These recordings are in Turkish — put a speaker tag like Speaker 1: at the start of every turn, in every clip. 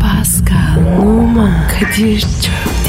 Speaker 1: Pascal, Oman, Kadir çok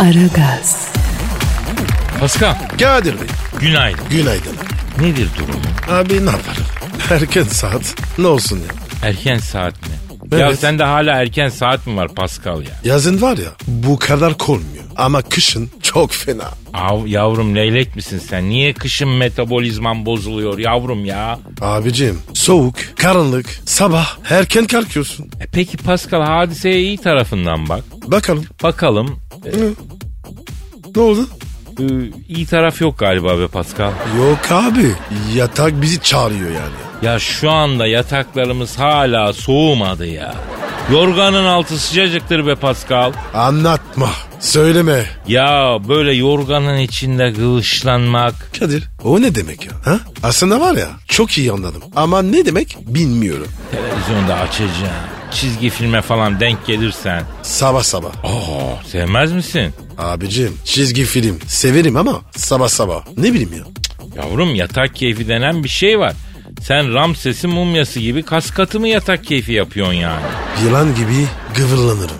Speaker 1: Aragaz,
Speaker 2: Pascal.
Speaker 3: Kadir Bey.
Speaker 2: Günaydın.
Speaker 3: Günaydın.
Speaker 2: Nedir durumu?
Speaker 3: Abi ne yapalım? Erken saat. Ne olsun ya?
Speaker 2: Erken saat mi? Ya
Speaker 3: Evet.
Speaker 2: sende hala erken saat mi var Pascal ya?
Speaker 3: Yazın var ya bu kadar kolmuyor. Ama kışın çok fena.
Speaker 2: Av, yavrum leylek misin sen? Niye kışın metabolizman bozuluyor yavrum ya?
Speaker 3: Abicim soğuk, karanlık, sabah erken kalkıyorsun.
Speaker 2: E peki Pascal hadiseye iyi tarafından bak.
Speaker 3: Bakalım
Speaker 2: Bakalım. E,
Speaker 3: ne oldu?
Speaker 2: e, iyi taraf yok galiba be Pascal.
Speaker 3: Yok abi yatak bizi çağırıyor yani.
Speaker 2: Ya şu anda yataklarımız hala soğumadı ya. Yorganın altı sıcacıktır be Pascal.
Speaker 3: Anlatma. Söyleme.
Speaker 2: Ya böyle yorganın içinde kılıçlanmak,
Speaker 3: Kadir o ne demek ya? Ha? Aslında var ya çok iyi anladım. Ama ne demek bilmiyorum.
Speaker 2: Televizyonda açacağım. Çizgi filme falan denk gelirsen.
Speaker 3: Sabah sabah.
Speaker 2: Aa, sevmez misin?
Speaker 3: Abicim çizgi film severim ama sabah sabah. Ne bileyim ya.
Speaker 2: Yavrum yatak keyfi denen bir şey var. Sen Ramses'in mumyası gibi kaskatı mı yatak keyfi yapıyorsun yani?
Speaker 3: Yılan gibi gıvırlanırım.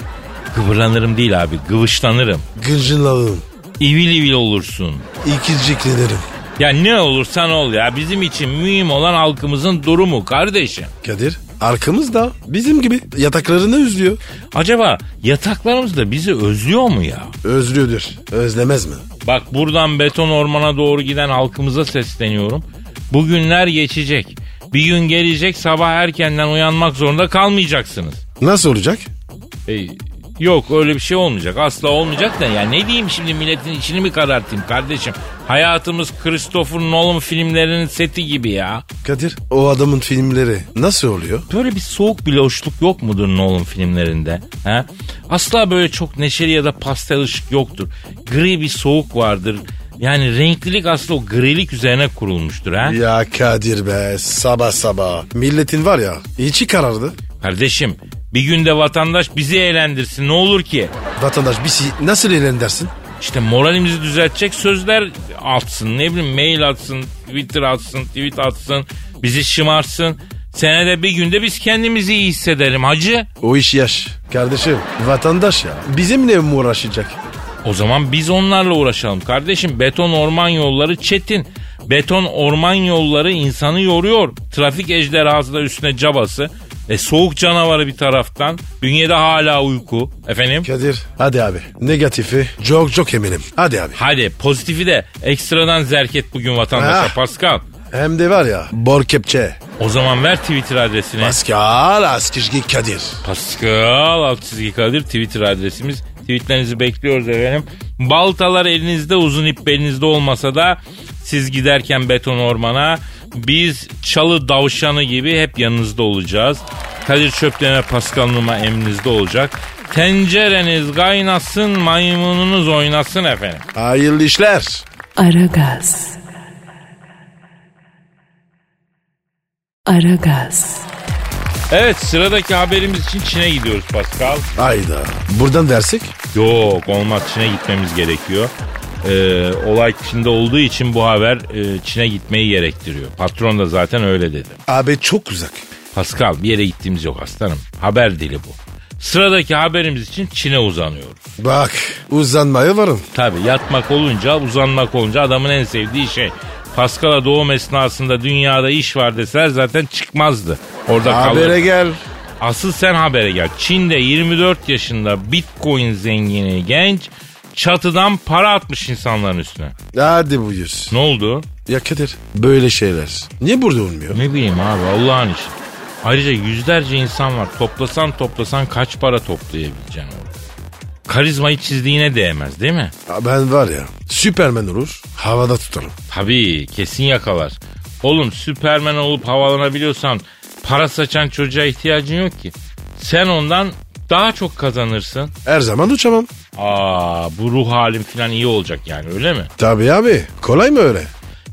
Speaker 2: Kıvırlanırım değil abi, gıvışlanırım.
Speaker 3: Gıcırlanırım.
Speaker 2: İvil ivil olursun.
Speaker 3: İkirciklenirim.
Speaker 2: Ya ne olursan ol ya bizim için mühim olan halkımızın durumu kardeşim.
Speaker 3: Kadir arkamızda bizim gibi yataklarını üzlüyor.
Speaker 2: Acaba yataklarımız da bizi özlüyor mu ya?
Speaker 3: Özlüyordur. Özlemez mi?
Speaker 2: Bak buradan beton ormana doğru giden halkımıza sesleniyorum. Bugünler geçecek. Bir gün gelecek sabah erkenden uyanmak zorunda kalmayacaksınız.
Speaker 3: Nasıl olacak?
Speaker 2: E, yok öyle bir şey olmayacak. Asla olmayacak da ya ne diyeyim şimdi milletin içini mi karartayım kardeşim? Hayatımız Christopher Nolan filmlerinin seti gibi ya.
Speaker 3: Kadir o adamın filmleri nasıl oluyor?
Speaker 2: Böyle bir soğuk bir loşluk yok mudur Nolan filmlerinde? He? Asla böyle çok neşeli ya da pastel ışık yoktur. Gri bir soğuk vardır. Yani renklilik aslında o grilik üzerine kurulmuştur. ha.
Speaker 3: Ya Kadir be sabah sabah. Milletin var ya içi karardı.
Speaker 2: Kardeşim bir günde vatandaş bizi eğlendirsin ne olur ki?
Speaker 3: Vatandaş bir şey nasıl eğlen dersin?
Speaker 2: İşte moralimizi düzeltecek sözler atsın. Ne bileyim mail atsın, Twitter atsın, tweet atsın. Bizi şımarsın. Senede bir günde biz kendimizi iyi hissedelim hacı.
Speaker 3: O iş yaş. Kardeşim vatandaş ya bizimle mi uğraşacak?
Speaker 2: O zaman biz onlarla uğraşalım kardeşim. Beton orman yolları çetin. Beton orman yolları insanı yoruyor. Trafik ejderhası da üstüne cabası. E soğuk canavarı bir taraftan. Bünyede hala uyku. Efendim?
Speaker 3: Kadir hadi abi negatifi çok çok eminim. Hadi abi.
Speaker 2: Hadi pozitifi de ekstradan zerket bugün vatandaşa
Speaker 3: Ah.
Speaker 2: Pascal.
Speaker 3: Hem de var ya bor kepçe.
Speaker 2: O zaman ver Twitter adresini.
Speaker 3: Pascal Askizgi Kadir.
Speaker 2: Pascal alt çizgi Kadir Twitter adresimiz. Tweetlerinizi bekliyoruz efendim. Baltalar elinizde uzun ip belinizde olmasa da siz giderken beton ormana biz çalı davşanı gibi hep yanınızda olacağız. Kadir Çöplerine Pascal Numa emrinizde olacak. Tencereniz kaynasın maymununuz oynasın efendim.
Speaker 3: Hayırlı işler.
Speaker 1: Aragaz. Aragaz,
Speaker 2: Evet sıradaki haberimiz için Çin'e gidiyoruz Pascal.
Speaker 3: Hayda. Buradan versek?
Speaker 2: Yok olmaz Çin'e gitmemiz gerekiyor. Ee, olay Çin'de olduğu için bu haber e, Çin'e gitmeyi gerektiriyor. Patron da zaten öyle dedi.
Speaker 3: Abi çok uzak.
Speaker 2: Pascal bir yere gittiğimiz yok aslanım. Haber dili bu. Sıradaki haberimiz için Çin'e uzanıyoruz.
Speaker 3: Bak uzanmaya varım.
Speaker 2: Tabi yatmak olunca uzanmak olunca adamın en sevdiği şey. Pascal'a doğum esnasında dünyada iş var deseler zaten çıkmazdı. Orada kalırdı.
Speaker 3: Habere gel.
Speaker 2: Asıl sen habere gel. Çin'de 24 yaşında bitcoin zengini genç çatıdan para atmış insanların üstüne.
Speaker 3: Hadi buyur.
Speaker 2: Ne oldu?
Speaker 3: Ya Kadir böyle şeyler. Niye burada olmuyor?
Speaker 2: Ne bileyim abi Allah'ın işi. Ayrıca yüzlerce insan var. Toplasan toplasan kaç para toplayabileceksin orada? Karizmayı çizdiğine değmez değil mi?
Speaker 3: Ha, Ben var ya Süpermen olur havada tutarım.
Speaker 2: Tabii kesin yakalar. Oğlum Süpermen olup havalanabiliyorsan para saçan çocuğa ihtiyacın yok ki. Sen ondan daha çok kazanırsın.
Speaker 3: Her zaman uçamam.
Speaker 2: Aa bu ruh halim falan iyi olacak yani öyle mi?
Speaker 3: Tabii abi. Kolay mı öyle?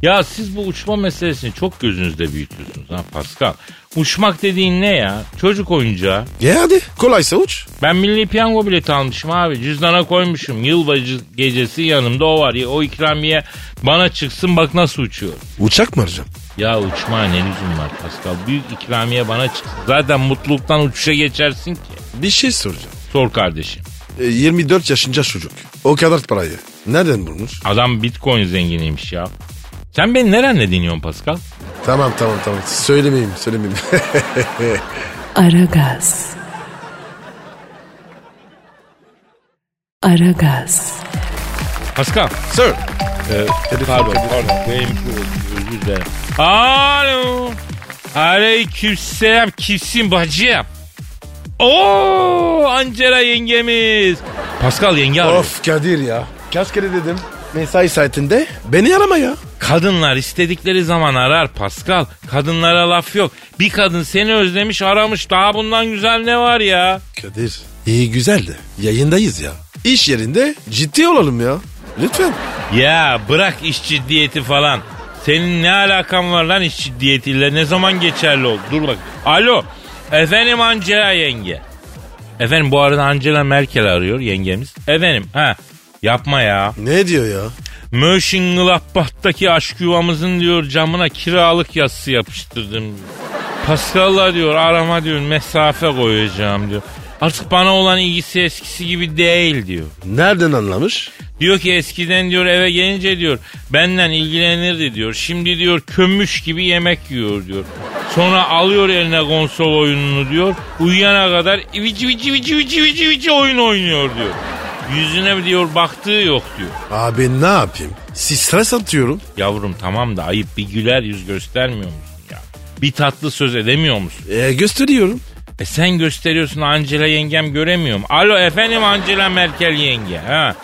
Speaker 2: Ya siz bu uçma meselesini çok gözünüzde büyütüyorsunuz ha Pascal. Uçmak dediğin ne ya? Çocuk oyuncağı.
Speaker 3: E hadi. Kolaysa uç.
Speaker 2: Ben milli piyango bileti almışım abi. Cüzdana koymuşum. Yılbaşı gecesi yanımda o var. ya O ikramiye bana çıksın bak nasıl uçuyor.
Speaker 3: Uçak mı arayacağım?
Speaker 2: Ya uçma ne lüzum var Pascal. Büyük ikramiye bana çıksın. Zaten mutluluktan uçuşa geçersin ki.
Speaker 3: Bir şey soracağım.
Speaker 2: Sor kardeşim.
Speaker 3: E, 24 yaşında çocuk. O kadar parayı. Nereden bulmuş?
Speaker 2: Adam bitcoin zenginiymiş ya. Sen beni nerenle dinliyorsun Pascal?
Speaker 3: Tamam tamam tamam. Söylemeyeyim söylemeyeyim.
Speaker 1: Aragaz. Aragaz.
Speaker 2: Pascal.
Speaker 3: Sir.
Speaker 2: Pardon pardon. Benim özür dilerim. Alo. Aleykümselam kimsin bacım? Oo Ancera yengemiz. Pascal yenge arıyor.
Speaker 3: of Kadir ya. Kaç kere dedim. Mesai saatinde beni arama ya.
Speaker 2: Kadınlar istedikleri zaman arar Pascal. Kadınlara laf yok. Bir kadın seni özlemiş aramış. Daha bundan güzel ne var ya?
Speaker 3: Kadir iyi güzel de yayındayız ya. İş yerinde ciddi olalım ya. Lütfen.
Speaker 2: Ya bırak iş ciddiyeti falan. Senin ne alakan var lan iş ciddiyetiyle? Ne zaman geçerli oldu? Dur bak. Alo. Efendim Angela yenge. Efendim bu arada Angela Merkel arıyor yengemiz. Efendim ha. Yapma ya.
Speaker 3: Ne diyor ya?
Speaker 2: Mönchengladbach'taki aşk yuvamızın diyor camına kiralık yazısı yapıştırdım. Pascal'la diyor arama diyor mesafe koyacağım diyor. Artık bana olan ilgisi eskisi gibi değil diyor.
Speaker 3: Nereden anlamış?
Speaker 2: Diyor ki eskiden diyor eve gelince diyor benden ilgilenirdi diyor. Şimdi diyor kömüş gibi yemek yiyor diyor. Sonra alıyor eline konsol oyununu diyor. Uyuyana kadar vici vici vici vici vici vici oyun oynuyor diyor. Yüzüne diyor baktığı yok diyor.
Speaker 3: Abi ne yapayım? Siz stres atıyorum.
Speaker 2: Yavrum tamam da ayıp bir güler yüz göstermiyor musun ya? Bir tatlı söz edemiyor musun?
Speaker 3: E, gösteriyorum.
Speaker 2: E sen gösteriyorsun Angela yengem göremiyorum. Alo efendim Angela Merkel yenge. Ha.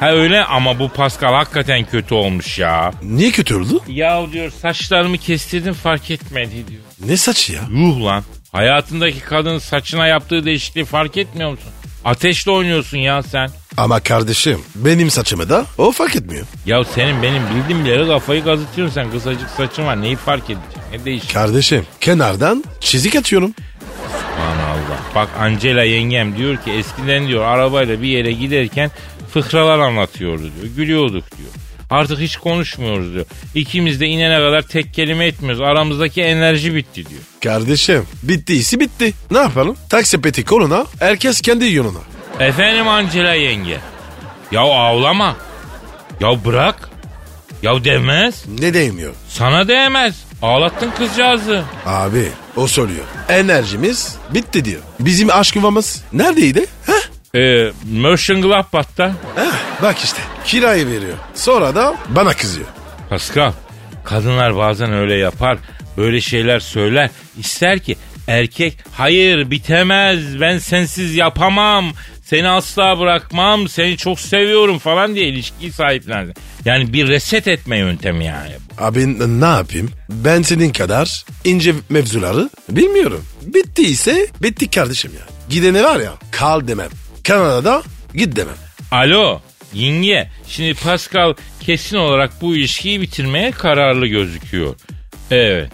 Speaker 2: Ha öyle ama bu Pascal hakikaten kötü olmuş ya.
Speaker 3: Niye kötü oldu?
Speaker 2: Ya diyor saçlarımı kestirdim fark etmedi diyor.
Speaker 3: Ne saçı ya?
Speaker 2: Yuh lan. Hayatındaki kadın saçına yaptığı değişikliği fark etmiyor musun? Ateşle oynuyorsun ya sen.
Speaker 3: Ama kardeşim benim saçımı da o fark etmiyor.
Speaker 2: Ya senin benim bildiğim bileli kafayı gazıtıyorsun sen. Kısacık saçın var neyi fark edecek? Ne değişik?
Speaker 3: Kardeşim kenardan çizik atıyorum.
Speaker 2: Aman Allah. Bak Angela yengem diyor ki eskiden diyor arabayla bir yere giderken fıkralar anlatıyordu diyor. Gülüyorduk diyor. Artık hiç konuşmuyoruz diyor. İkimiz de inene kadar tek kelime etmiyoruz. Aramızdaki enerji bitti diyor.
Speaker 3: Kardeşim bittiyse bitti. Ne yapalım? Taksi peti koluna herkes kendi yoluna.
Speaker 2: Efendim Angela yenge. Ya ağlama. Ya bırak. Ya demez.
Speaker 3: Ne değmiyor?
Speaker 2: Sana değmez. Ağlattın kızcağızı.
Speaker 3: Abi o söylüyor. Enerjimiz bitti diyor. Bizim aşk yuvamız neredeydi? Heh.
Speaker 2: Ee, Mönchengladbach'ta.
Speaker 3: Heh, bak işte kirayı veriyor. Sonra da bana kızıyor.
Speaker 2: Pascal, kadınlar bazen öyle yapar. Böyle şeyler söyler. İster ki erkek hayır bitemez ben sensiz yapamam. Seni asla bırakmam. Seni çok seviyorum falan diye ilişkiyi sahiplensin. Yani bir reset etme yöntemi yani.
Speaker 3: Abi n- ne yapayım? Ben senin kadar ince mevzuları bilmiyorum. Bittiyse bitti kardeşim ya. Gidene var ya kal demem. Kanada'da git demem.
Speaker 2: Alo yenge şimdi Pascal kesin olarak bu ilişkiyi bitirmeye kararlı gözüküyor. Evet.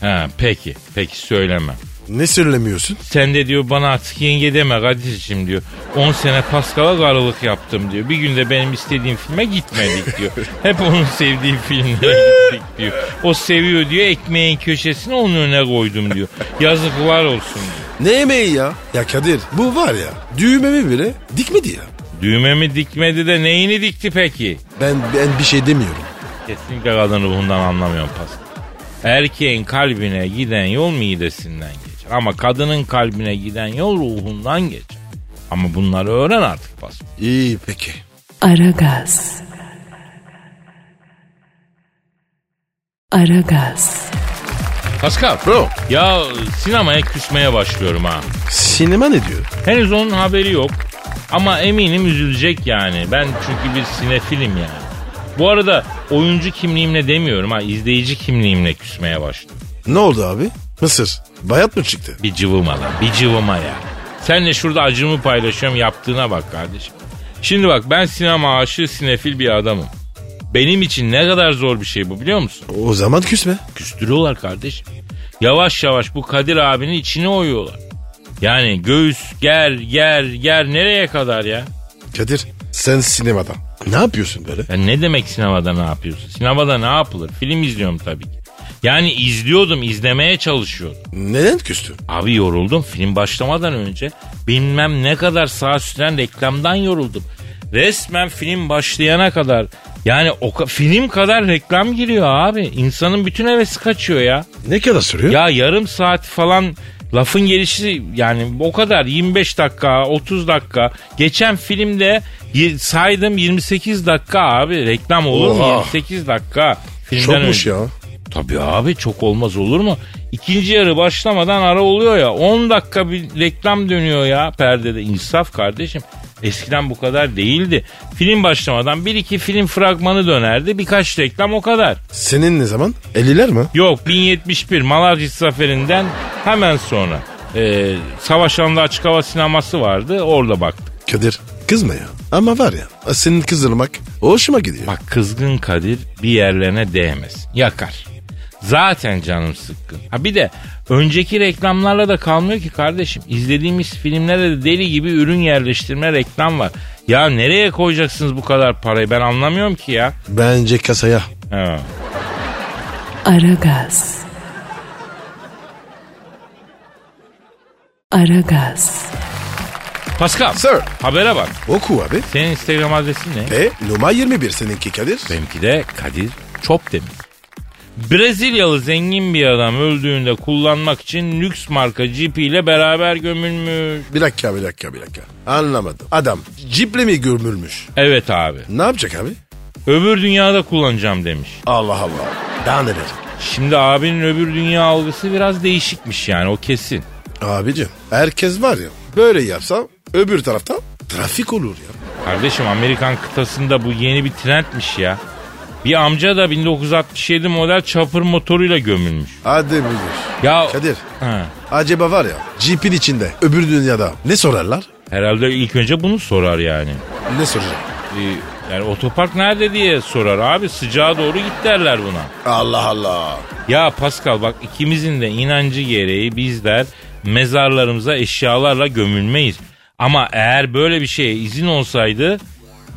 Speaker 2: Ha, peki peki söyleme.
Speaker 3: Ne söylemiyorsun?
Speaker 2: Sen de diyor bana artık yenge deme Kadir'cim diyor. 10 sene Pascal'a karılık yaptım diyor. Bir günde benim istediğim filme gitmedik diyor. Hep onun sevdiği filmlere gittik diyor. O seviyor diyor ekmeğin köşesine onun önüne koydum diyor. Yazıklar olsun diyor.
Speaker 3: Ne yemeği ya? Ya Kadir bu var ya düğmemi bile dikmedi ya.
Speaker 2: Düğmemi dikmedi de neyini dikti peki?
Speaker 3: Ben, ben bir şey demiyorum.
Speaker 2: Kesinlikle kadın ruhundan anlamıyorum Pascal. Erkeğin kalbine giden yol midesinden geçer. Ama kadının kalbine giden yol ruhundan geçer. Ama bunları öğren artık Pascal.
Speaker 3: İyi peki.
Speaker 1: Aragaz. Aragaz.
Speaker 2: Pascal.
Speaker 3: Bro
Speaker 2: Ya sinemaya küsmeye başlıyorum ha.
Speaker 3: sinema ne diyor?
Speaker 2: Henüz onun haberi yok. Ama eminim üzülecek yani. Ben çünkü bir sinefilim yani. Bu arada oyuncu kimliğimle demiyorum ha izleyici kimliğimle küsmeye başladım.
Speaker 3: Ne oldu abi? Mısır. Bayat mı çıktı?
Speaker 2: Bir cıvıma lan bir cıvıma ya. Senle şurada acımı paylaşıyorum yaptığına bak kardeşim. Şimdi bak ben sinema aşığı sinefil bir adamım. Benim için ne kadar zor bir şey bu biliyor musun?
Speaker 3: O zaman küsme.
Speaker 2: Küstürüyorlar kardeşim. Yavaş yavaş bu Kadir abinin içine oyuyorlar. Yani göğüs ger ger ger nereye kadar ya?
Speaker 3: Kadir sen sinemada. Ne yapıyorsun böyle?
Speaker 2: Ya ne demek sinemada ne yapıyorsun? Sinemada ne yapılır? Film izliyorum tabii ki. Yani izliyordum, izlemeye çalışıyordum.
Speaker 3: Neden küstün?
Speaker 2: Abi yoruldum film başlamadan önce. Bilmem ne kadar saat süren reklamdan yoruldum. Resmen film başlayana kadar yani o ka- film kadar reklam giriyor abi. İnsanın bütün hevesi kaçıyor ya.
Speaker 3: Ne kadar sürüyor?
Speaker 2: Ya yarım saat falan lafın gelişi yani o kadar 25 dakika 30 dakika. Geçen filmde y- saydım 28 dakika abi reklam olur mu
Speaker 3: Oha.
Speaker 2: 28 dakika. Filmden
Speaker 3: Çokmuş
Speaker 2: önce.
Speaker 3: ya.
Speaker 2: Tabii abi çok olmaz olur mu? İkinci yarı başlamadan ara oluyor ya 10 dakika bir reklam dönüyor ya perdede insaf kardeşim. Eskiden bu kadar değildi. Film başlamadan bir iki film fragmanı dönerdi birkaç reklam o kadar.
Speaker 3: Senin ne zaman? 50'ler mi?
Speaker 2: Yok 1071 Malazgirt zaferinden hemen sonra. E, Savaş alanında açık hava sineması vardı orada baktık.
Speaker 3: Kadir kızma ya. Ama var ya senin kızdırmak hoşuma gidiyor.
Speaker 2: Bak kızgın Kadir bir yerlerine değmez. Yakar. Zaten canım sıkkın. Ha bir de önceki reklamlarla da kalmıyor ki kardeşim. İzlediğimiz filmlere de deli gibi ürün yerleştirme reklam var. Ya nereye koyacaksınız bu kadar parayı ben anlamıyorum ki ya.
Speaker 3: Bence kasaya.
Speaker 2: Ha.
Speaker 1: Aragaz. Aragaz.
Speaker 2: Pascal.
Speaker 3: Sir.
Speaker 2: Habere bak.
Speaker 3: Oku abi.
Speaker 2: Senin Instagram adresin ne?
Speaker 3: Ve numara 21 seninki Kadir.
Speaker 2: Benimki de Kadir Çopdemir. Brezilyalı zengin bir adam öldüğünde kullanmak için lüks marka Jeep ile beraber gömülmüş.
Speaker 3: Bir dakika bir dakika bir dakika. Anlamadım. Adam ciple mi gömülmüş?
Speaker 2: Evet abi.
Speaker 3: Ne yapacak abi?
Speaker 2: Öbür dünyada kullanacağım demiş.
Speaker 3: Allah Allah. Daha neler?
Speaker 2: Şimdi abinin öbür dünya algısı biraz değişikmiş yani o kesin.
Speaker 3: Abicim herkes var ya böyle yapsa öbür tarafta trafik olur ya.
Speaker 2: Kardeşim Amerikan kıtasında bu yeni bir trendmiş ya. Bir amca da 1967 model çapır motoruyla gömülmüş.
Speaker 3: Hadi müdür.
Speaker 2: Ya
Speaker 3: Kadir
Speaker 2: Ha.
Speaker 3: acaba var ya Jeep'in içinde öbür dünyada ne sorarlar?
Speaker 2: herhalde ilk önce bunu sorar yani.
Speaker 3: Ne soracak?
Speaker 2: E, yani otopark nerede diye sorar abi sıcağa doğru git derler buna.
Speaker 3: Allah Allah.
Speaker 2: Ya Pascal bak ikimizin de inancı gereği bizler mezarlarımıza eşyalarla gömülmeyiz. Ama eğer böyle bir şeye izin olsaydı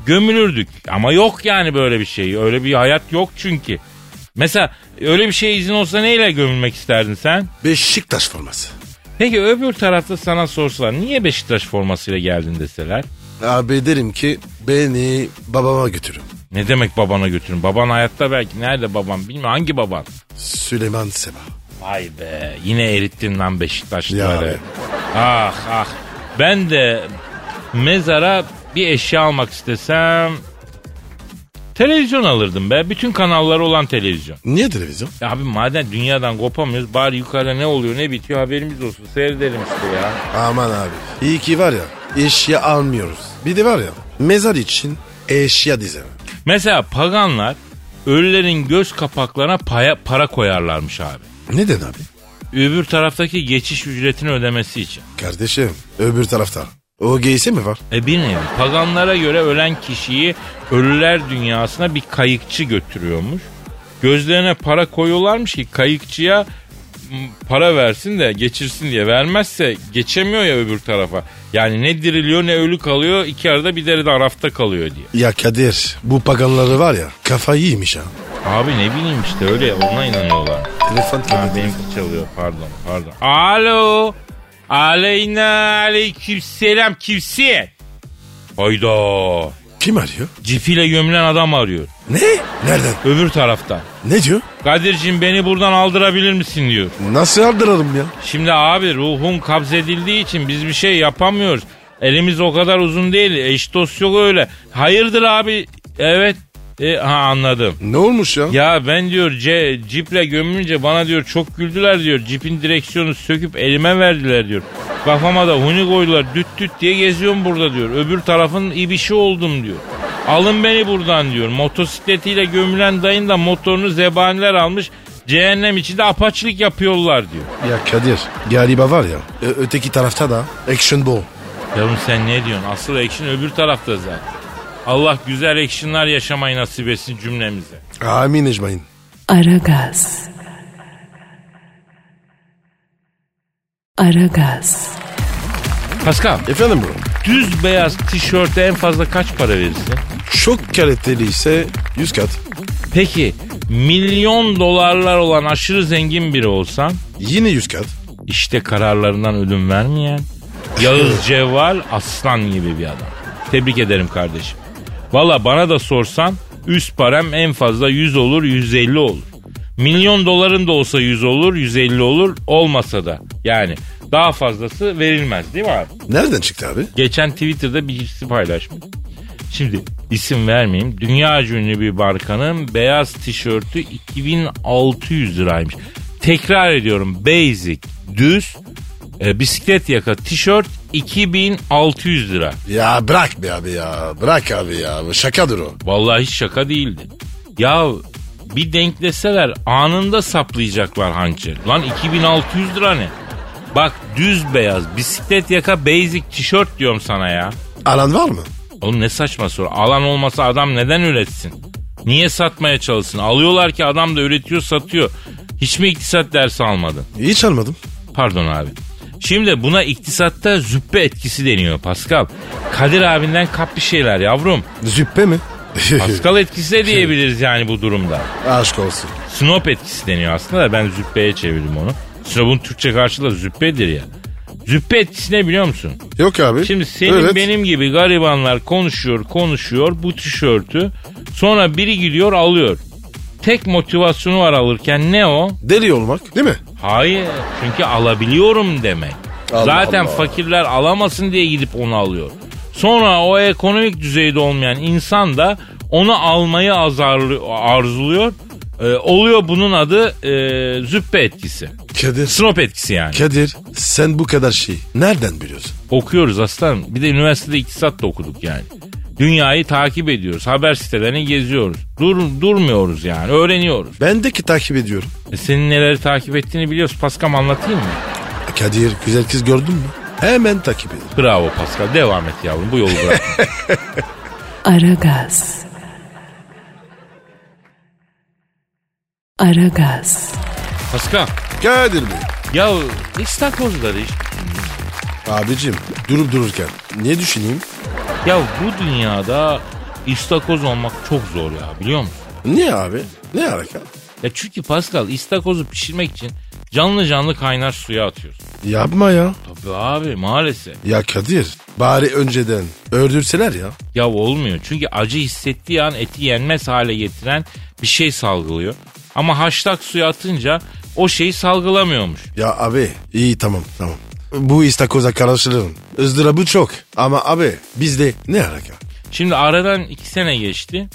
Speaker 2: gömülürdük. Ama yok yani böyle bir şey. Öyle bir hayat yok çünkü. Mesela öyle bir şeye izin olsa neyle gömülmek isterdin sen?
Speaker 3: Beşiktaş forması.
Speaker 2: Peki öbür tarafta sana sorsalar niye Beşiktaş formasıyla geldin deseler?
Speaker 3: Abi derim ki beni babama götürün.
Speaker 2: Ne demek babana götürün? Baban hayatta belki. Nerede baban bilmiyorum. Hangi baban?
Speaker 3: Süleyman Seba.
Speaker 2: Vay be yine erittin lan
Speaker 3: Ya
Speaker 2: Beşiktaşlıları.
Speaker 3: abi.
Speaker 2: Ah ah. Ben de mezara bir eşya almak istesem televizyon alırdım be. Bütün kanalları olan televizyon.
Speaker 3: Niye televizyon?
Speaker 2: Ya abi madem dünyadan kopamıyoruz bari yukarıda ne oluyor ne bitiyor haberimiz olsun seyredelim işte ya.
Speaker 3: Aman abi. İyi ki var ya eşya almıyoruz. Bir de var ya mezar için eşya dizeme.
Speaker 2: Mesela paganlar ölülerin göz kapaklarına paya, para koyarlarmış abi.
Speaker 3: Neden abi?
Speaker 2: Öbür taraftaki geçiş ücretini ödemesi için.
Speaker 3: Kardeşim öbür tarafta. O geysi mi var?
Speaker 2: E bir nevi. Paganlara göre ölen kişiyi ölüler dünyasına bir kayıkçı götürüyormuş. Gözlerine para koyuyorlarmış ki kayıkçıya m, para versin de geçirsin diye. Vermezse geçemiyor ya öbür tarafa. Yani ne diriliyor ne ölü kalıyor. iki arada bir deri de arafta kalıyor diye.
Speaker 3: Ya Kadir bu paganları var ya kafayı yemiş ha.
Speaker 2: Abi ne bileyim işte öyle ona inanıyorlar.
Speaker 3: Telefon
Speaker 2: Ha, benimki çalıyor pardon pardon. Alo. Aleyna aleyküm selam kimsin? Hayda.
Speaker 3: Kim arıyor?
Speaker 2: Cifiyle gömülen adam arıyor.
Speaker 3: Ne? Nereden?
Speaker 2: Öbür tarafta.
Speaker 3: Ne diyor?
Speaker 2: Kadir'cim beni buradan aldırabilir misin diyor.
Speaker 3: Nasıl aldırırım ya?
Speaker 2: Şimdi abi ruhun kabzedildiği için biz bir şey yapamıyoruz. Elimiz o kadar uzun değil. Eş dost yok öyle. Hayırdır abi? Evet. E, ha anladım.
Speaker 3: Ne olmuş ya?
Speaker 2: Ya ben diyor ce, ciple gömülünce bana diyor çok güldüler diyor. Cipin direksiyonu söküp elime verdiler diyor. Kafama da huni koydular düt düt diye geziyorum burada diyor. Öbür tarafın ibişi oldum diyor. Alın beni buradan diyor. Motosikletiyle gömülen dayın da motorunu zebaniler almış. Cehennem içinde apaçlık yapıyorlar diyor.
Speaker 3: Ya Kadir galiba var ya ö- öteki tarafta da action ball.
Speaker 2: Yavrum sen ne diyorsun? Asıl action öbür tarafta zaten. Allah güzel actionlar yaşamayı nasip etsin cümlemize.
Speaker 3: Amin ecmain.
Speaker 1: Aragaz. Aragaz.
Speaker 2: Pascal,
Speaker 3: Efendim bro.
Speaker 2: düz beyaz tişörte en fazla kaç para verirsin?
Speaker 3: Çok kaliteli ise 100 kat.
Speaker 2: Peki milyon dolarlar olan aşırı zengin biri olsan
Speaker 3: Yine 100 kat.
Speaker 2: işte kararlarından ödün vermeyen Yağız Cevval aslan gibi bir adam. Tebrik ederim kardeşim. Valla bana da sorsan üst param en fazla 100 olur 150 olur. Milyon doların da olsa 100 olur 150 olur olmasa da yani daha fazlası verilmez değil mi abi?
Speaker 3: Nereden çıktı abi?
Speaker 2: Geçen Twitter'da birisi paylaşmış. Şimdi isim vermeyeyim. Dünya ünlü bir markanın beyaz tişörtü 2600 liraymış. Tekrar ediyorum. Basic, düz, e, bisiklet yaka tişört 2600 lira.
Speaker 3: Ya bırak be abi ya. Bırak abi ya. Bu Şakadır o.
Speaker 2: Vallahi hiç şaka değildi. Ya bir denkleseler anında saplayacaklar hançer. Lan 2600 lira ne? Bak düz beyaz bisiklet yaka basic tişört diyorum sana ya.
Speaker 3: Alan var mı?
Speaker 2: Oğlum ne saçma soru. Alan olmasa adam neden üretsin? Niye satmaya çalışsın? Alıyorlar ki adam da üretiyor satıyor. Hiç mi iktisat dersi almadın?
Speaker 3: Hiç almadım.
Speaker 2: Pardon abi. Şimdi buna iktisatta züppe etkisi deniyor Pascal. Kadir abinden kap bir şeyler yavrum.
Speaker 3: Züppe mi?
Speaker 2: Pascal etkisi de diyebiliriz yani bu durumda.
Speaker 3: Aşk olsun.
Speaker 2: Snop etkisi deniyor aslında da ben züppeye çevirdim onu. Snop'un Türkçe karşılığı züppedir ya. Züppe etkisi ne biliyor musun?
Speaker 3: Yok abi.
Speaker 2: Şimdi senin
Speaker 3: Evet.
Speaker 2: benim gibi garibanlar konuşuyor konuşuyor bu tişörtü. Sonra biri gidiyor alıyor. Tek motivasyonu var alırken ne o?
Speaker 3: Deli olmak değil mi?
Speaker 2: Hayır çünkü alabiliyorum demek.
Speaker 3: Allah
Speaker 2: Zaten
Speaker 3: Allah.
Speaker 2: fakirler alamasın diye gidip onu alıyor. Sonra o ekonomik düzeyde olmayan insan da onu almayı azarlı, arzuluyor. Ee, oluyor bunun adı e, züppe etkisi.
Speaker 3: Kadir.
Speaker 2: Snop etkisi yani.
Speaker 3: Kadir sen bu kadar şeyi nereden biliyorsun?
Speaker 2: Okuyoruz aslanım. Bir de üniversitede iktisat da okuduk yani. Dünyayı takip ediyoruz. Haber sitelerini geziyoruz. Dur, durmuyoruz yani. Öğreniyoruz.
Speaker 3: Ben de ki takip ediyorum.
Speaker 2: E senin neleri takip ettiğini biliyoruz. Paskam anlatayım mı?
Speaker 3: E, Kadir güzel kız gördün mü? Hemen takip ediyorum.
Speaker 2: Bravo Pascal. Devam et yavrum. Bu yolu bırak.
Speaker 1: Aragaz. Aragaz.
Speaker 2: Pascal.
Speaker 3: Kadir Bey.
Speaker 2: Ya istakozları işte.
Speaker 3: Abicim durup dururken ne düşüneyim?
Speaker 2: Ya bu dünyada istakoz olmak çok zor ya biliyor musun?
Speaker 3: Niye abi? Ne alaka?
Speaker 2: Ya çünkü Pascal istakozu pişirmek için canlı canlı kaynar suya atıyorsun.
Speaker 3: Yapma ya.
Speaker 2: Tabii abi maalesef.
Speaker 3: Ya Kadir bari önceden öldürseler ya.
Speaker 2: Ya olmuyor çünkü acı hissettiği an eti yenmez hale getiren bir şey salgılıyor. Ama haşlak suya atınca o şeyi salgılamıyormuş.
Speaker 3: Ya abi iyi tamam tamam. Bu istakoza karışılırım. Izdırabı çok. Ama abi bizde ne alaka?
Speaker 2: Şimdi aradan iki sene geçti.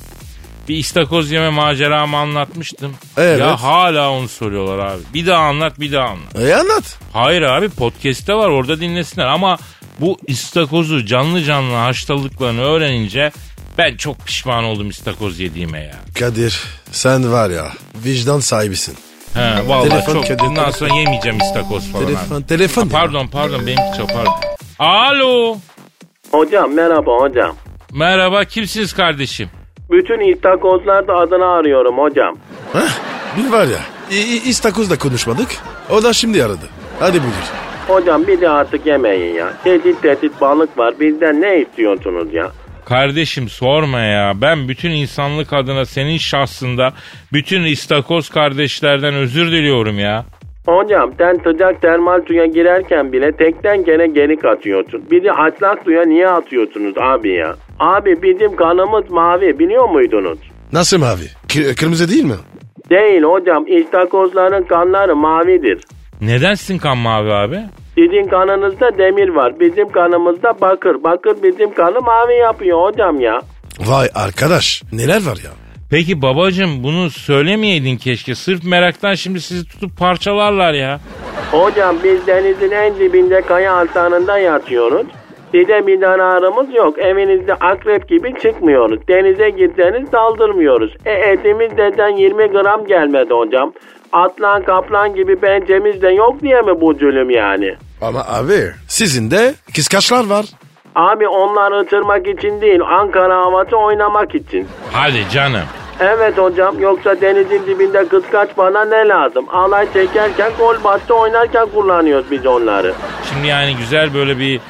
Speaker 2: Bir istakoz yeme maceramı anlatmıştım.
Speaker 3: Evet.
Speaker 2: Ya hala onu soruyorlar abi. Bir daha anlat bir daha anlat.
Speaker 3: E anlat.
Speaker 2: Hayır abi podcast'te var orada dinlesinler ama bu istakozu canlı canlı haşladıklarını öğrenince ben çok pişman oldum istakoz yediğime ya.
Speaker 3: Kadir sen var ya vicdan sahibisin.
Speaker 2: He vallahi
Speaker 3: Telefon
Speaker 2: çok.
Speaker 3: kedi-
Speaker 2: Bundan sonra yemeyeceğim istakoz falan. abi.
Speaker 3: Telefon telefon. ya.
Speaker 2: Pardon pardon benimki çapardı. Alo.
Speaker 4: Hocam merhaba hocam.
Speaker 2: Merhaba kimsiniz kardeşim?
Speaker 4: Bütün istakozlarda adını arıyorum hocam.
Speaker 3: Hah, bir var ya i- i- istakozla konuşmadık. O da şimdi aradı. Hadi buyur.
Speaker 4: Hocam bir de artık yemeyin ya. Tehdit tehdit balık var. Bizden ne istiyorsunuz ya?
Speaker 2: Kardeşim sorma ya. Ben bütün insanlık adına senin şahsında bütün istakoz kardeşlerden özür diliyorum ya.
Speaker 4: Hocam sen sıcak termal suya girerken bile tekten gene geri katıyorsun. Bizi haçlak suya niye atıyorsunuz abi ya? Abi bizim kanımız mavi biliyor muydunuz?
Speaker 3: Nasıl mavi? Kı- kırmızı değil mi?
Speaker 4: Değil hocam istakozların kanları mavidir.
Speaker 2: Neden sizin kan mavi abi?
Speaker 4: Sizin kanınızda demir var. Bizim kanımızda bakır. Bakır bizim kanı mavi yapıyor hocam ya.
Speaker 3: Vay arkadaş neler var ya.
Speaker 2: Peki babacım bunu söylemeyeydin keşke. Sırf meraktan şimdi sizi tutup parçalarlar ya.
Speaker 4: Hocam biz denizin en dibinde kaya altanında yatıyoruz. Size bir zararımız yok. Evinizde akrep gibi çıkmıyoruz. Denize girseniz saldırmıyoruz. E etimiz neden 20 gram gelmedi hocam. Atlan kaplan gibi bencemiz de yok diye mi bu zulüm yani?
Speaker 3: Ama abi sizin de kıskaçlar var.
Speaker 4: Abi onlar ısırmak için değil Ankara havası oynamak için.
Speaker 2: Hadi canım.
Speaker 4: Evet hocam yoksa denizin dibinde kıskaç bana ne lazım? Alay çekerken gol bastı oynarken kullanıyoruz biz onları.
Speaker 2: Şimdi yani güzel böyle bir e,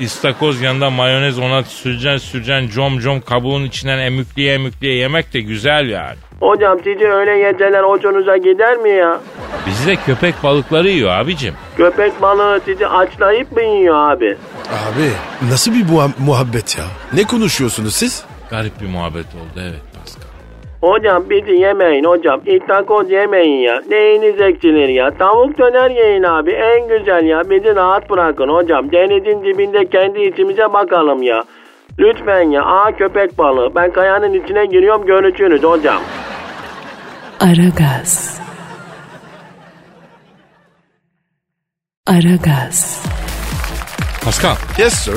Speaker 2: istakoz yanında mayonez ona süreceksin süreceksin com com kabuğun içinden emükliye emükliye yemek de güzel yani.
Speaker 4: Hocam sizi öyle yeteler hoşunuza gider mi ya?
Speaker 2: Bizi de köpek balıkları yiyor abicim.
Speaker 4: Köpek balığı sizi açlayıp mı yiyor abi?
Speaker 3: Abi nasıl bir muha- muhabbet ya? Ne konuşuyorsunuz siz?
Speaker 2: Garip bir muhabbet oldu evet Pascal.
Speaker 4: Hocam bizi yemeyin hocam. İstakoz yemeyin ya. Neyiniz eksilir ya? Tavuk döner yiyin abi. En güzel ya. Bizi rahat bırakın hocam. Denizin dibinde kendi içimize bakalım ya. Lütfen ya. Aa köpek balığı. Ben kayanın içine giriyorum görüşürüz hocam.
Speaker 1: Aragaz. Aragaz.
Speaker 2: Pascal
Speaker 3: Yes sir.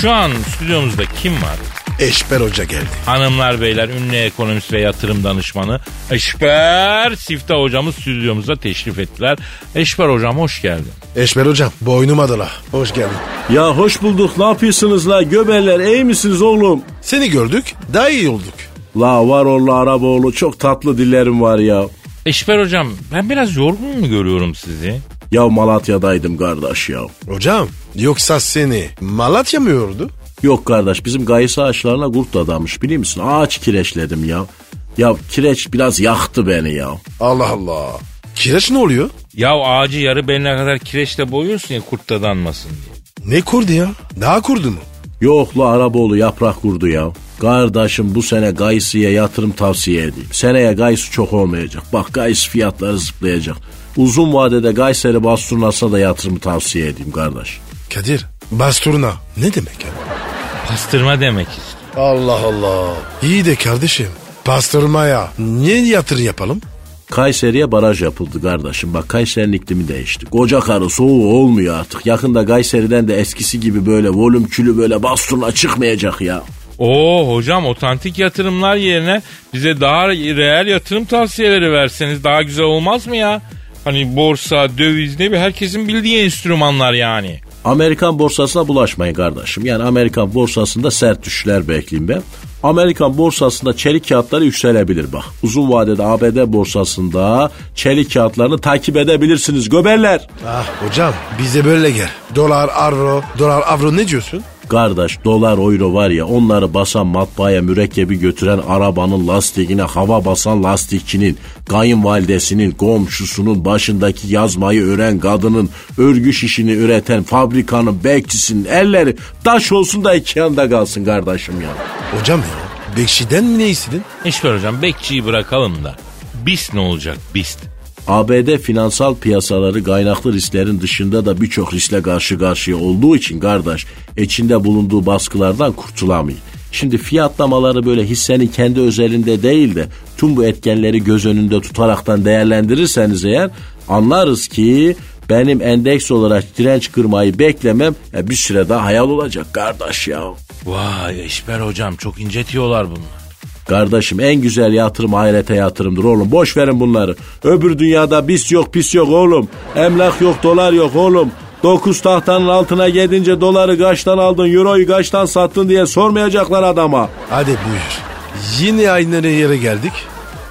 Speaker 2: şu an stüdyomuzda kim var?
Speaker 3: Eşber Hoca geldi.
Speaker 2: Hanımlar beyler ünlü ekonomist ve yatırım danışmanı Eşber Sifta hocamız stüdyomuza teşrif ettiler. Eşber hocam hoş geldin.
Speaker 3: Eşber Hocam boynum adına. Hoş geldin.
Speaker 5: Ya hoş bulduk ne yapıyorsunuz la göberler iyi misiniz oğlum?
Speaker 3: Seni gördük daha iyi olduk.
Speaker 5: La var oğlu araba oğlu çok tatlı dillerim var ya.
Speaker 2: Eşber hocam ben biraz yorgun mu görüyorum sizi?
Speaker 5: Ya Malatya'daydım kardeş ya.
Speaker 3: Hocam yoksa seni Malatya mı yordu?
Speaker 5: Yok kardeş bizim gayısı ağaçlarına kurt adamış biliyor musun? Ağaç kireçledim ya. Ya kireç biraz yaktı beni ya.
Speaker 3: Allah Allah. Kireç ne oluyor?
Speaker 2: Ya ağacı yarı beline kadar kireçle boyuyorsun ya kurt da danmasın diye.
Speaker 3: Ne kurdu ya? Daha kurdu mu?
Speaker 5: Yok la Araboğlu yaprak kurdu ya. Kardeşim bu sene gayısıya yatırım tavsiye edeyim. Seneye gayısı çok olmayacak. Bak gayısı fiyatları zıplayacak. Uzun vadede Gayseri basturnasına da yatırımı tavsiye edeyim kardeş.
Speaker 3: Kadir basturna ne demek ya?
Speaker 2: Pastırma demek istiyor.
Speaker 3: Allah Allah. İyi de kardeşim pastırmaya niye yatırım yapalım?
Speaker 5: Kayseri'ye baraj yapıldı kardeşim. Bak Kayseri'nin iklimi değişti. Koca karı soğuğu olmuyor artık. Yakında Kayseri'den de eskisi gibi böyle volümkülü böyle basturna çıkmayacak ya.
Speaker 2: Oo hocam otantik yatırımlar yerine bize daha reel yatırım tavsiyeleri verseniz daha güzel olmaz mı ya? Hani borsa, döviz ne bir herkesin bildiği enstrümanlar yani.
Speaker 5: Amerikan borsasına bulaşmayın kardeşim. Yani Amerikan borsasında sert düşüşler bekleyin ben. Amerikan borsasında çelik kağıtları yükselebilir bak. Uzun vadede ABD borsasında çelik kağıtlarını takip edebilirsiniz göberler.
Speaker 3: Ah hocam bize böyle gel. Dolar, avro, dolar, avro ne diyorsun?
Speaker 5: Kardeş dolar euro var ya onları basan matbaaya mürekkebi götüren arabanın lastiğine hava basan lastikçinin, kayınvalidesinin, komşusunun başındaki yazmayı ören kadının, örgü şişini üreten fabrikanın bekçisinin elleri taş olsun da iki yanda kalsın kardeşim ya.
Speaker 3: Hocam ya Bekşi'den mi ne istedin?
Speaker 2: İşber hocam bekçiyi bırakalım da. BIST ne olacak BIST?
Speaker 5: ABD finansal piyasaları kaynaklı risklerin dışında da birçok riskle karşı karşıya olduğu için kardeş içinde bulunduğu baskılardan kurtulamıyor. Şimdi fiyatlamaları böyle hissenin kendi özelinde değil de tüm bu etkenleri göz önünde tutaraktan değerlendirirseniz eğer anlarız ki benim endeks olarak direnç kırmayı beklemem e, bir süre daha hayal olacak kardeş ya.
Speaker 2: Vay Eşber hocam çok incetiyorlar bunu.
Speaker 5: Kardeşim en güzel yatırım ahirete yatırımdır oğlum. Boş verin bunları. Öbür dünyada bis yok pis yok oğlum. Emlak yok dolar yok oğlum. Dokuz tahtanın altına gelince doları kaçtan aldın, euroyu kaçtan sattın diye sormayacaklar adama.
Speaker 3: Hadi buyur. Yine aynı yere geldik.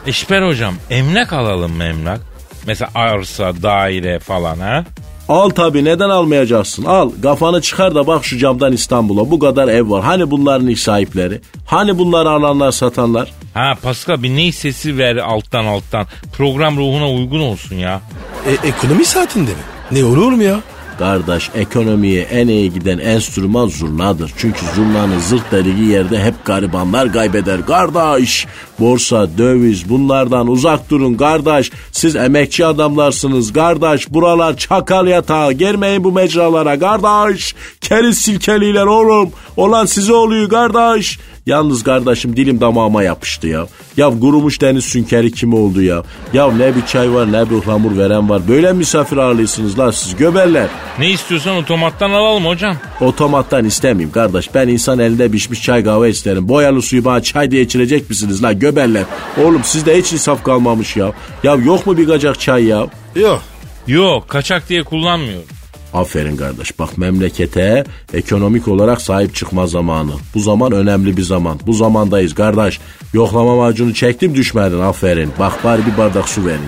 Speaker 2: Eşber hocam emlak alalım mı emlak? Mesela arsa, daire falan ha?
Speaker 5: Al tabi neden almayacaksın? Al kafanı çıkar da bak şu camdan İstanbul'a bu kadar ev var. Hani bunların ilk sahipleri? Hani bunları alanlar satanlar?
Speaker 2: Ha Pascal bir ney sesi ver alttan alttan. Program ruhuna uygun olsun ya.
Speaker 3: E, ekonomi saatinde mi? Ne olur mu ya?
Speaker 5: Kardeş ekonomiye en iyi giden enstrüman zurnadır. Çünkü zurnanın zırt deliği yerde hep garibanlar kaybeder. Kardeş borsa, döviz bunlardan uzak durun kardeş. Siz emekçi adamlarsınız kardeş. Buralar çakal yatağı. Girmeyin bu mecralara kardeş. Keriz silkeliler oğlum. Olan size oluyor kardeş. Yalnız kardeşim dilim damağıma yapıştı ya. Ya kurumuş deniz sünkeri kim oldu ya? Ya ne bir çay var ne bir ıhlamur veren var. Böyle misafir ağırlıyorsunuz lan siz göberler.
Speaker 2: Ne istiyorsan otomattan alalım hocam.
Speaker 5: Otomattan istemeyeyim kardeş. Ben insan elinde pişmiş çay kahve isterim. Boyalı suyu bana çay diye içilecek misiniz lan geberler. Oğlum sizde hiç insaf kalmamış ya. Ya yok mu bir gacak çay ya?
Speaker 3: Yok.
Speaker 2: Yok kaçak diye kullanmıyorum.
Speaker 5: Aferin kardeş bak memlekete ekonomik olarak sahip çıkma zamanı. Bu zaman önemli bir zaman. Bu zamandayız kardeş. Yoklama macunu çektim düşmedin aferin. Bak bari bir bardak su verin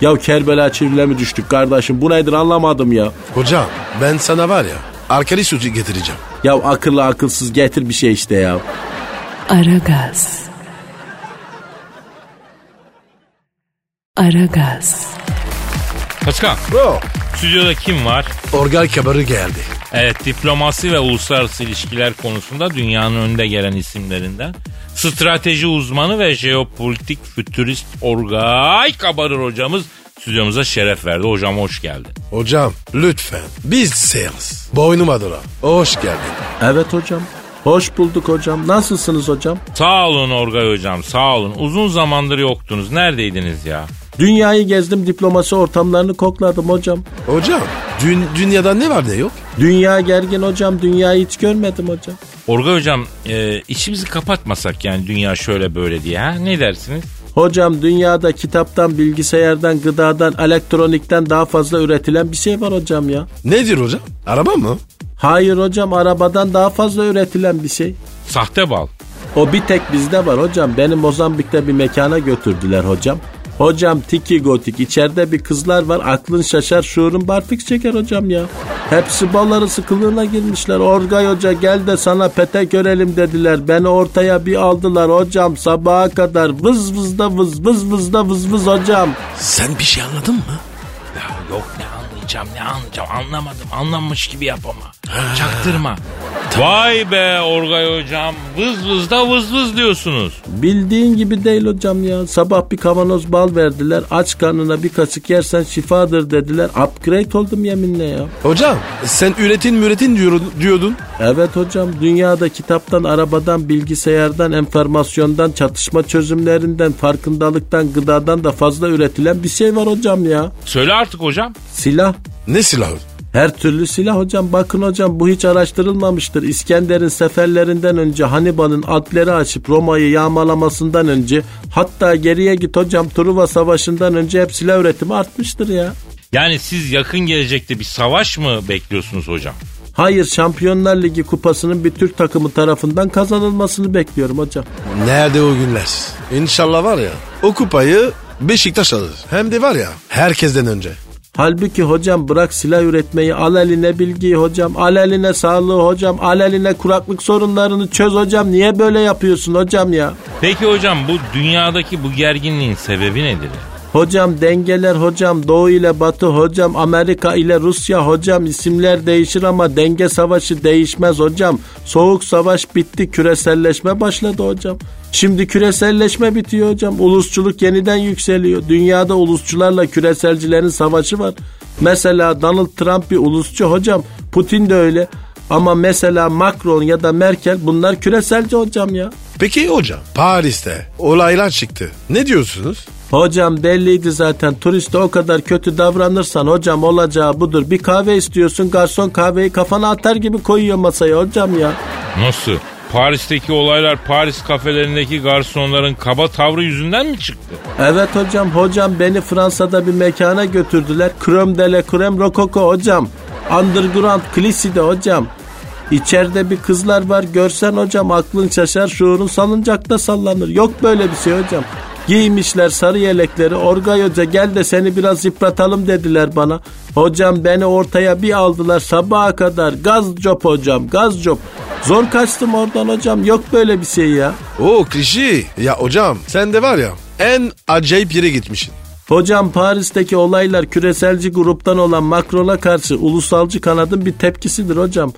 Speaker 5: ya. Ya Kerbela çivrile mi düştük kardeşim bu nedir anlamadım ya.
Speaker 3: Hocam ben sana var ya arkali sucu getireceğim.
Speaker 5: Ya akıllı akılsız getir bir şey işte ya.
Speaker 1: Aragaz. Aragaz.
Speaker 2: Paskal
Speaker 3: Bro.
Speaker 2: stüdyoda kim var?
Speaker 3: Orgal kabarı geldi.
Speaker 2: Evet diplomasi ve uluslararası ilişkiler konusunda dünyanın önde gelen isimlerinden. Strateji uzmanı ve jeopolitik fütürist Orgay Kabarır hocamız stüdyomuza şeref verdi. Hocam hoş geldin.
Speaker 3: Hocam lütfen biz sales. Boynum adına. Hoş geldin.
Speaker 5: Evet hocam. Hoş bulduk hocam. Nasılsınız hocam?
Speaker 2: Sağ olun Orgay hocam sağ olun. Uzun zamandır yoktunuz. Neredeydiniz ya?
Speaker 5: Dünyayı gezdim diplomasi ortamlarını kokladım hocam.
Speaker 3: Hocam dün, dünyada ne var ne yok?
Speaker 5: Dünya gergin hocam. Dünyayı hiç görmedim hocam.
Speaker 2: Orgay hocam e, içimizi kapatmasak yani dünya şöyle böyle diye ha? Ne dersiniz?
Speaker 5: Hocam dünyada kitaptan, bilgisayardan, gıdadan, elektronikten daha fazla üretilen bir şey var hocam ya.
Speaker 3: Nedir hocam? Araba mı?
Speaker 5: Hayır hocam arabadan daha fazla üretilen bir şey.
Speaker 2: Sahte bal.
Speaker 5: O bir tek bizde var hocam. Beni Mozambik'te bir mekana götürdüler hocam. Hocam tiki gotik içeride bir kızlar var aklın şaşar şuurun barfik çeker hocam ya. Hepsi bal arası kılığına girmişler. Orgay hoca gel de sana pete görelim dediler. Beni ortaya bir aldılar hocam sabaha kadar vız vız da vız vız vız da vız vız hocam.
Speaker 3: Sen bir şey anladın mı?
Speaker 2: Ya yok ne anlayacağım ne anlayacağım anlamadım anlamış gibi yapama. Çaktırma. Vay be Orgay hocam vız vız da vız vız diyorsunuz.
Speaker 5: Bildiğin gibi değil hocam ya. Sabah bir kavanoz bal verdiler. Aç karnına bir kaşık yersen şifadır dediler. Upgrade oldum yeminle ya.
Speaker 3: Hocam sen üretin müretin diyordun. diyordun.
Speaker 5: Evet hocam dünyada kitaptan, arabadan, bilgisayardan, enformasyondan, çatışma çözümlerinden, farkındalıktan, gıdadan da fazla üretilen bir şey var hocam ya.
Speaker 2: Söyle artık hocam.
Speaker 5: Silah.
Speaker 3: Ne silahı?
Speaker 5: Her türlü silah hocam. Bakın hocam bu hiç araştırılmamıştır. İskender'in seferlerinden önce Hannibal'ın alpleri açıp Roma'yı yağmalamasından önce hatta geriye git hocam Truva Savaşı'ndan önce hep silah üretimi artmıştır ya.
Speaker 2: Yani siz yakın gelecekte bir savaş mı bekliyorsunuz hocam?
Speaker 5: Hayır Şampiyonlar Ligi kupasının bir Türk takımı tarafından kazanılmasını bekliyorum hocam.
Speaker 3: Nerede o günler? İnşallah var ya o kupayı Beşiktaş alır. Hem de var ya herkesten önce.
Speaker 5: Halbuki hocam bırak silah üretmeyi al eline bilgiyi hocam al eline sağlığı hocam al eline kuraklık sorunlarını çöz hocam niye böyle yapıyorsun hocam ya?
Speaker 2: Peki hocam bu dünyadaki bu gerginliğin sebebi nedir?
Speaker 5: Hocam dengeler hocam doğu ile batı hocam Amerika ile Rusya hocam isimler değişir ama denge savaşı değişmez hocam. Soğuk savaş bitti küreselleşme başladı hocam. Şimdi küreselleşme bitiyor hocam. Ulusçuluk yeniden yükseliyor. Dünyada ulusçularla küreselcilerin savaşı var. Mesela Donald Trump bir ulusçu hocam. Putin de öyle. Ama mesela Macron ya da Merkel bunlar küreselci hocam ya.
Speaker 3: Peki hocam Paris'te olaylar çıktı. Ne diyorsunuz?
Speaker 5: Hocam belliydi zaten turiste o kadar kötü davranırsan hocam olacağı budur. Bir kahve istiyorsun garson kahveyi kafana atar gibi koyuyor masaya hocam ya.
Speaker 2: Nasıl? Paris'teki olaylar Paris kafelerindeki garsonların kaba tavrı yüzünden mi çıktı?
Speaker 5: Evet hocam hocam beni Fransa'da bir mekana götürdüler. Creme de la creme rokoko hocam. Underground kliside hocam. İçeride bir kızlar var görsen hocam aklın şaşar şuurun salıncakta sallanır. Yok böyle bir şey hocam. Giymişler sarı yelekleri Orgay Hoca gel de seni biraz yıpratalım dediler bana. Hocam beni ortaya bir aldılar sabaha kadar gaz cop hocam gaz cop. Zor kaçtım oradan hocam yok böyle bir şey ya.
Speaker 3: O klişi. Ya hocam sen de var ya en acayip yere gitmişsin.
Speaker 5: Hocam Paris'teki olaylar küreselci gruptan olan Macron'a karşı ulusalcı kanadın bir tepkisidir hocam.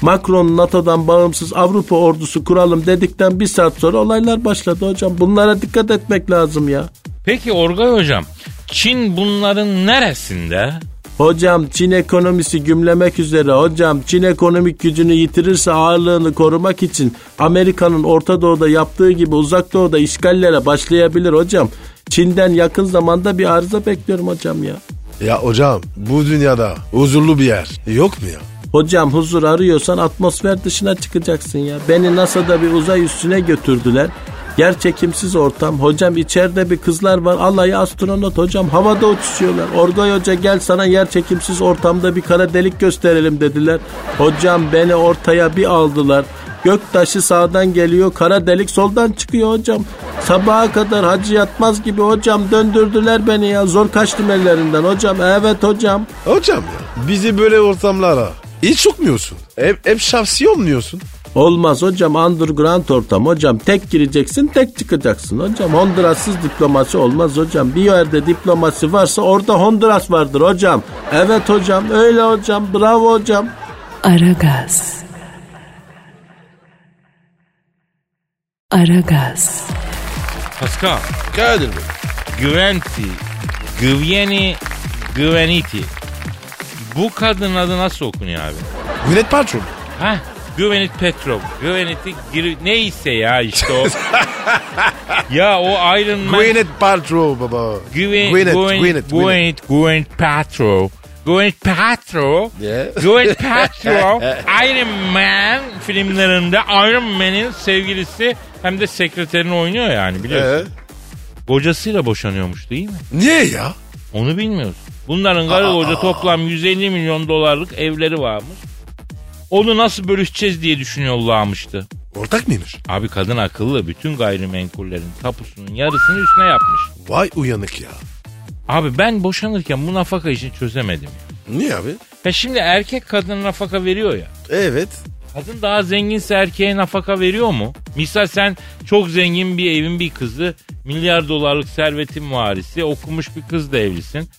Speaker 5: Macron NATO'dan bağımsız Avrupa ordusu kuralım dedikten bir saat sonra olaylar başladı hocam. Bunlara dikkat etmek lazım ya.
Speaker 2: Peki Orgay hocam Çin bunların neresinde?
Speaker 5: Hocam Çin ekonomisi gümlemek üzere. Hocam Çin ekonomik gücünü yitirirse ağırlığını korumak için Amerika'nın Orta Doğu'da yaptığı gibi Uzak Doğu'da işgallere başlayabilir hocam. Çin'den yakın zamanda bir arıza bekliyorum hocam ya.
Speaker 3: Ya hocam bu dünyada huzurlu bir yer yok mu ya?
Speaker 5: Hocam huzur arıyorsan atmosfer dışına çıkacaksın ya. Beni NASA'da bir uzay üstüne götürdüler. Yer çekimsiz ortam. Hocam içeride bir kızlar var. Allah'ı astronot hocam havada uçuşuyorlar. Orgay Hoca gel sana yer çekimsiz ortamda bir kara delik gösterelim dediler. Hocam beni ortaya bir aldılar. Gök taşı sağdan geliyor, kara delik soldan çıkıyor hocam. Sabaha kadar hacı yatmaz gibi hocam döndürdüler beni ya. Zor kaçtım ellerinden hocam. Evet hocam.
Speaker 3: Hocam ya bizi böyle ortamlara hiç sokmuyorsun. Hep, hep şahsi olmuyorsun.
Speaker 5: Olmaz hocam underground ortam hocam tek gireceksin tek çıkacaksın hocam Honduras'sız diplomasi olmaz hocam bir yerde diplomasi varsa orada Honduras vardır hocam evet hocam öyle hocam bravo hocam
Speaker 1: Aragaz. Aragaz.
Speaker 2: Pascal,
Speaker 3: Kadir Bey.
Speaker 2: Güventi, Güveni, Güveniti. Bu kadının adı nasıl okunuyor abi?
Speaker 3: Millet patron.
Speaker 2: Hah, Güvenit Petrov, Güveniti, Gir- neyse ya işte o. ya o Iron Man...
Speaker 3: Gwyneth Paltrow baba.
Speaker 2: Güven,
Speaker 3: Gwyneth,
Speaker 2: Gwyneth,
Speaker 3: Gwyneth, Gwyneth.
Speaker 2: Gwyneth, Gwyneth Paltrow. Gwyneth Paltrow.
Speaker 3: Yeah.
Speaker 2: Gwyneth Paltrow. Iron Man filmlerinde Iron Man'in sevgilisi hem de sekreterini oynuyor yani biliyorsun.
Speaker 3: Ee,
Speaker 2: Kocasıyla boşanıyormuş değil mi?
Speaker 3: niye ya?
Speaker 2: Onu bilmiyoruz. Bunların karı koca toplam 150 milyon dolarlık evleri varmış. Onu nasıl bölüşeceğiz diye düşünüyorlarmıştı.
Speaker 3: Ortak mıymış?
Speaker 2: Abi kadın akıllı bütün gayrimenkullerin tapusunun yarısını üstüne yapmış.
Speaker 3: Vay uyanık ya.
Speaker 2: Abi ben boşanırken bu nafaka işini çözemedim. Ya.
Speaker 3: Niye abi?
Speaker 2: Ya şimdi erkek kadına nafaka veriyor ya.
Speaker 3: Evet.
Speaker 2: Kadın daha zenginse erkeğe nafaka veriyor mu? Misal sen çok zengin bir evin bir kızı, milyar dolarlık servetin varisi, okumuş bir kızla evlisin.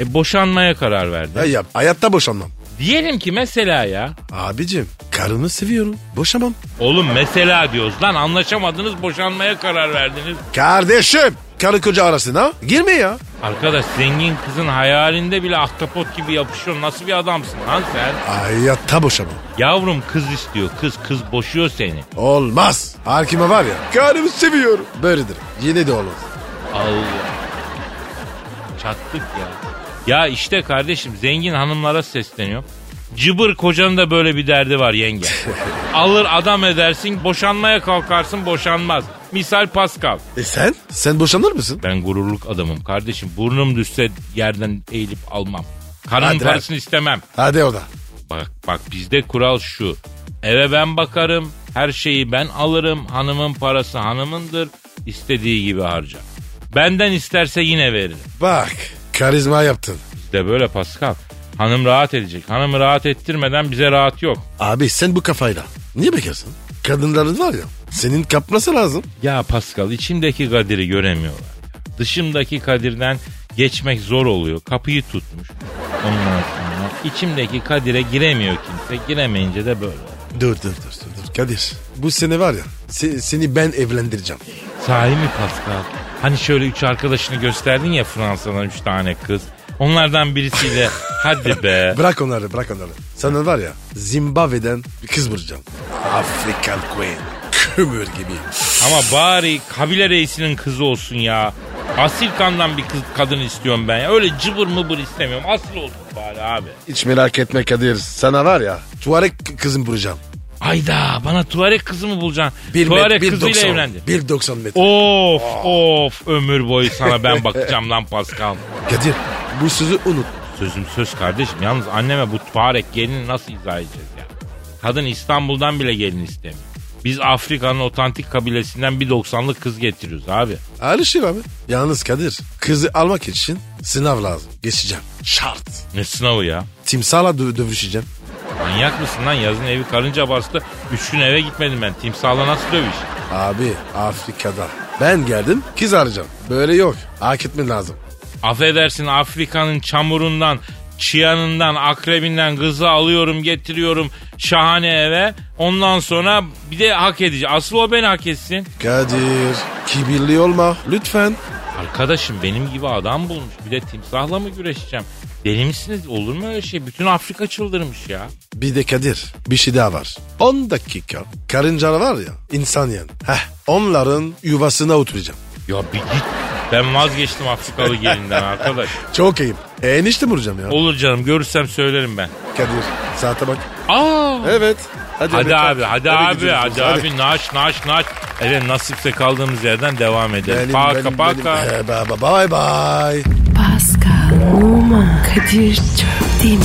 Speaker 2: E boşanmaya karar verdin.
Speaker 3: Ya, ya hayatta boşanmam.
Speaker 2: Diyelim ki mesela ya.
Speaker 3: Abicim karımı seviyorum. Boşamam.
Speaker 2: Oğlum mesela diyoruz lan anlaşamadınız boşanmaya karar verdiniz.
Speaker 3: Kardeşim. Karı koca arasına girme ya.
Speaker 2: Arkadaş zengin kızın hayalinde bile ahtapot gibi yapışıyor. Nasıl bir adamsın lan sen?
Speaker 3: Hayatta boşamam.
Speaker 2: Yavrum kız istiyor. Kız kız boşuyor seni.
Speaker 3: Olmaz. Hakime var ya. Karımı seviyorum. Böyledir. Yine de olmaz.
Speaker 2: Allah. Çattık ya. Ya işte kardeşim zengin hanımlara sesleniyorum. Cıbır kocanın da böyle bir derdi var yenge. Alır adam edersin boşanmaya kalkarsın boşanmaz. Misal Pascal.
Speaker 3: E sen? Sen boşanır mısın?
Speaker 2: Ben gururluk adamım kardeşim. Burnum düşse yerden eğilip almam. Karının
Speaker 3: Hadi lan.
Speaker 2: parasını istemem.
Speaker 3: Hadi o da.
Speaker 2: Bak bak bizde kural şu. Eve ben bakarım. Her şeyi ben alırım. Hanımın parası hanımındır. İstediği gibi harcar. Benden isterse yine veririm.
Speaker 3: Bak. Karizma yaptın.
Speaker 2: Bizde böyle Pascal. Hanım rahat edecek. Hanımı rahat ettirmeden bize rahat yok.
Speaker 3: Abi sen bu kafayla. Niye bekarsın? Kadınların var ya. Senin kapması lazım.
Speaker 2: Ya Pascal içimdeki Kadir'i göremiyorlar. Dışımdaki Kadir'den geçmek zor oluyor. Kapıyı tutmuş. Ondan sonra içimdeki Kadir'e giremiyor kimse. Giremeyince de böyle.
Speaker 3: Dur dur dur dur. dur. Kadir. Bu sene var ya. se- seni ben evlendireceğim.
Speaker 2: Sahi mi Pascal? Hani şöyle üç arkadaşını gösterdin ya Fransa'dan üç tane kız. Onlardan birisiyle hadi be.
Speaker 3: Bırak onları bırak onları. Sana var ya Zimbabwe'den bir kız bulacağım. African Queen. Kömür gibi.
Speaker 2: Ama bari kabile reisinin kızı olsun ya. Asil kandan bir kız, kadın istiyorum ben ya. Öyle cıbır mıbır istemiyorum. Asil olsun bari abi.
Speaker 3: Hiç merak etme Kadir. Sana var ya Tuareg k- kızım bulacağım.
Speaker 2: Ayda bana tuvalet kızı mı bulacaksın?
Speaker 3: Bir met-
Speaker 2: tuvalet
Speaker 3: bir
Speaker 2: kızıyla
Speaker 3: 90,
Speaker 2: evlendi.
Speaker 3: 1.90 metre.
Speaker 2: Of of ömür boyu sana ben bakacağım lan Pascal.
Speaker 3: Kadir bu sözü unut.
Speaker 2: Sözüm söz kardeşim. Yalnız anneme bu tuarek gelini nasıl izah edeceğiz ya? Kadın İstanbul'dan bile gelin istemiyor. Biz Afrika'nın otantik kabilesinden bir 90'lık kız getiriyoruz abi.
Speaker 3: Alışır abi. şey Yalnız Kadir kızı almak için sınav lazım. Geçeceğim. Şart.
Speaker 2: Ne sınavı ya?
Speaker 3: Timsahla dö- dövüşeceğim.
Speaker 2: Manyak mısın lan? Yazın evi karınca bastı. Üç gün eve gitmedim ben. Timsahla nasıl dövüş?
Speaker 3: Abi Afrika'da. Ben geldim kız arayacağım. Böyle yok. Hak etmen lazım.
Speaker 2: Affedersin Afrika'nın çamurundan, çiyanından, akrebinden kızı alıyorum getiriyorum şahane eve. Ondan sonra bir de hak edici. Asıl o beni hak etsin.
Speaker 3: Kadir kibirli olma lütfen.
Speaker 2: Arkadaşım benim gibi adam bulmuş. Bir de timsahla mı güreşeceğim? Deli misiniz? Olur mu öyle şey? Bütün Afrika çıldırmış ya.
Speaker 3: Bir de Kadir bir şey daha var. 10 dakika karıncalar var ya insan yani. Heh, onların yuvasına oturacağım.
Speaker 2: Ya bir git. Ben vazgeçtim Afrikalı gelinden arkadaş.
Speaker 3: Çok ayıp. E, enişte mi vuracağım ya?
Speaker 2: Olur canım görürsem söylerim ben.
Speaker 3: Kadir saate bak.
Speaker 2: Aa
Speaker 3: Evet.
Speaker 2: Hadi
Speaker 3: Mete,
Speaker 2: abi, hadi, abi,
Speaker 3: gidiyoruz.
Speaker 2: hadi, abi. Naş, naş, naş. Evet nasipse kaldığımız yerden devam edelim.
Speaker 3: Benim,
Speaker 2: paka
Speaker 3: benim,
Speaker 2: paka.
Speaker 3: benim. Ee, ba- ba- Bye bye.
Speaker 1: Pascal, Oman, Kadir çok değil mi?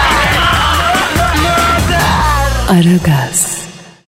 Speaker 1: Aragaz.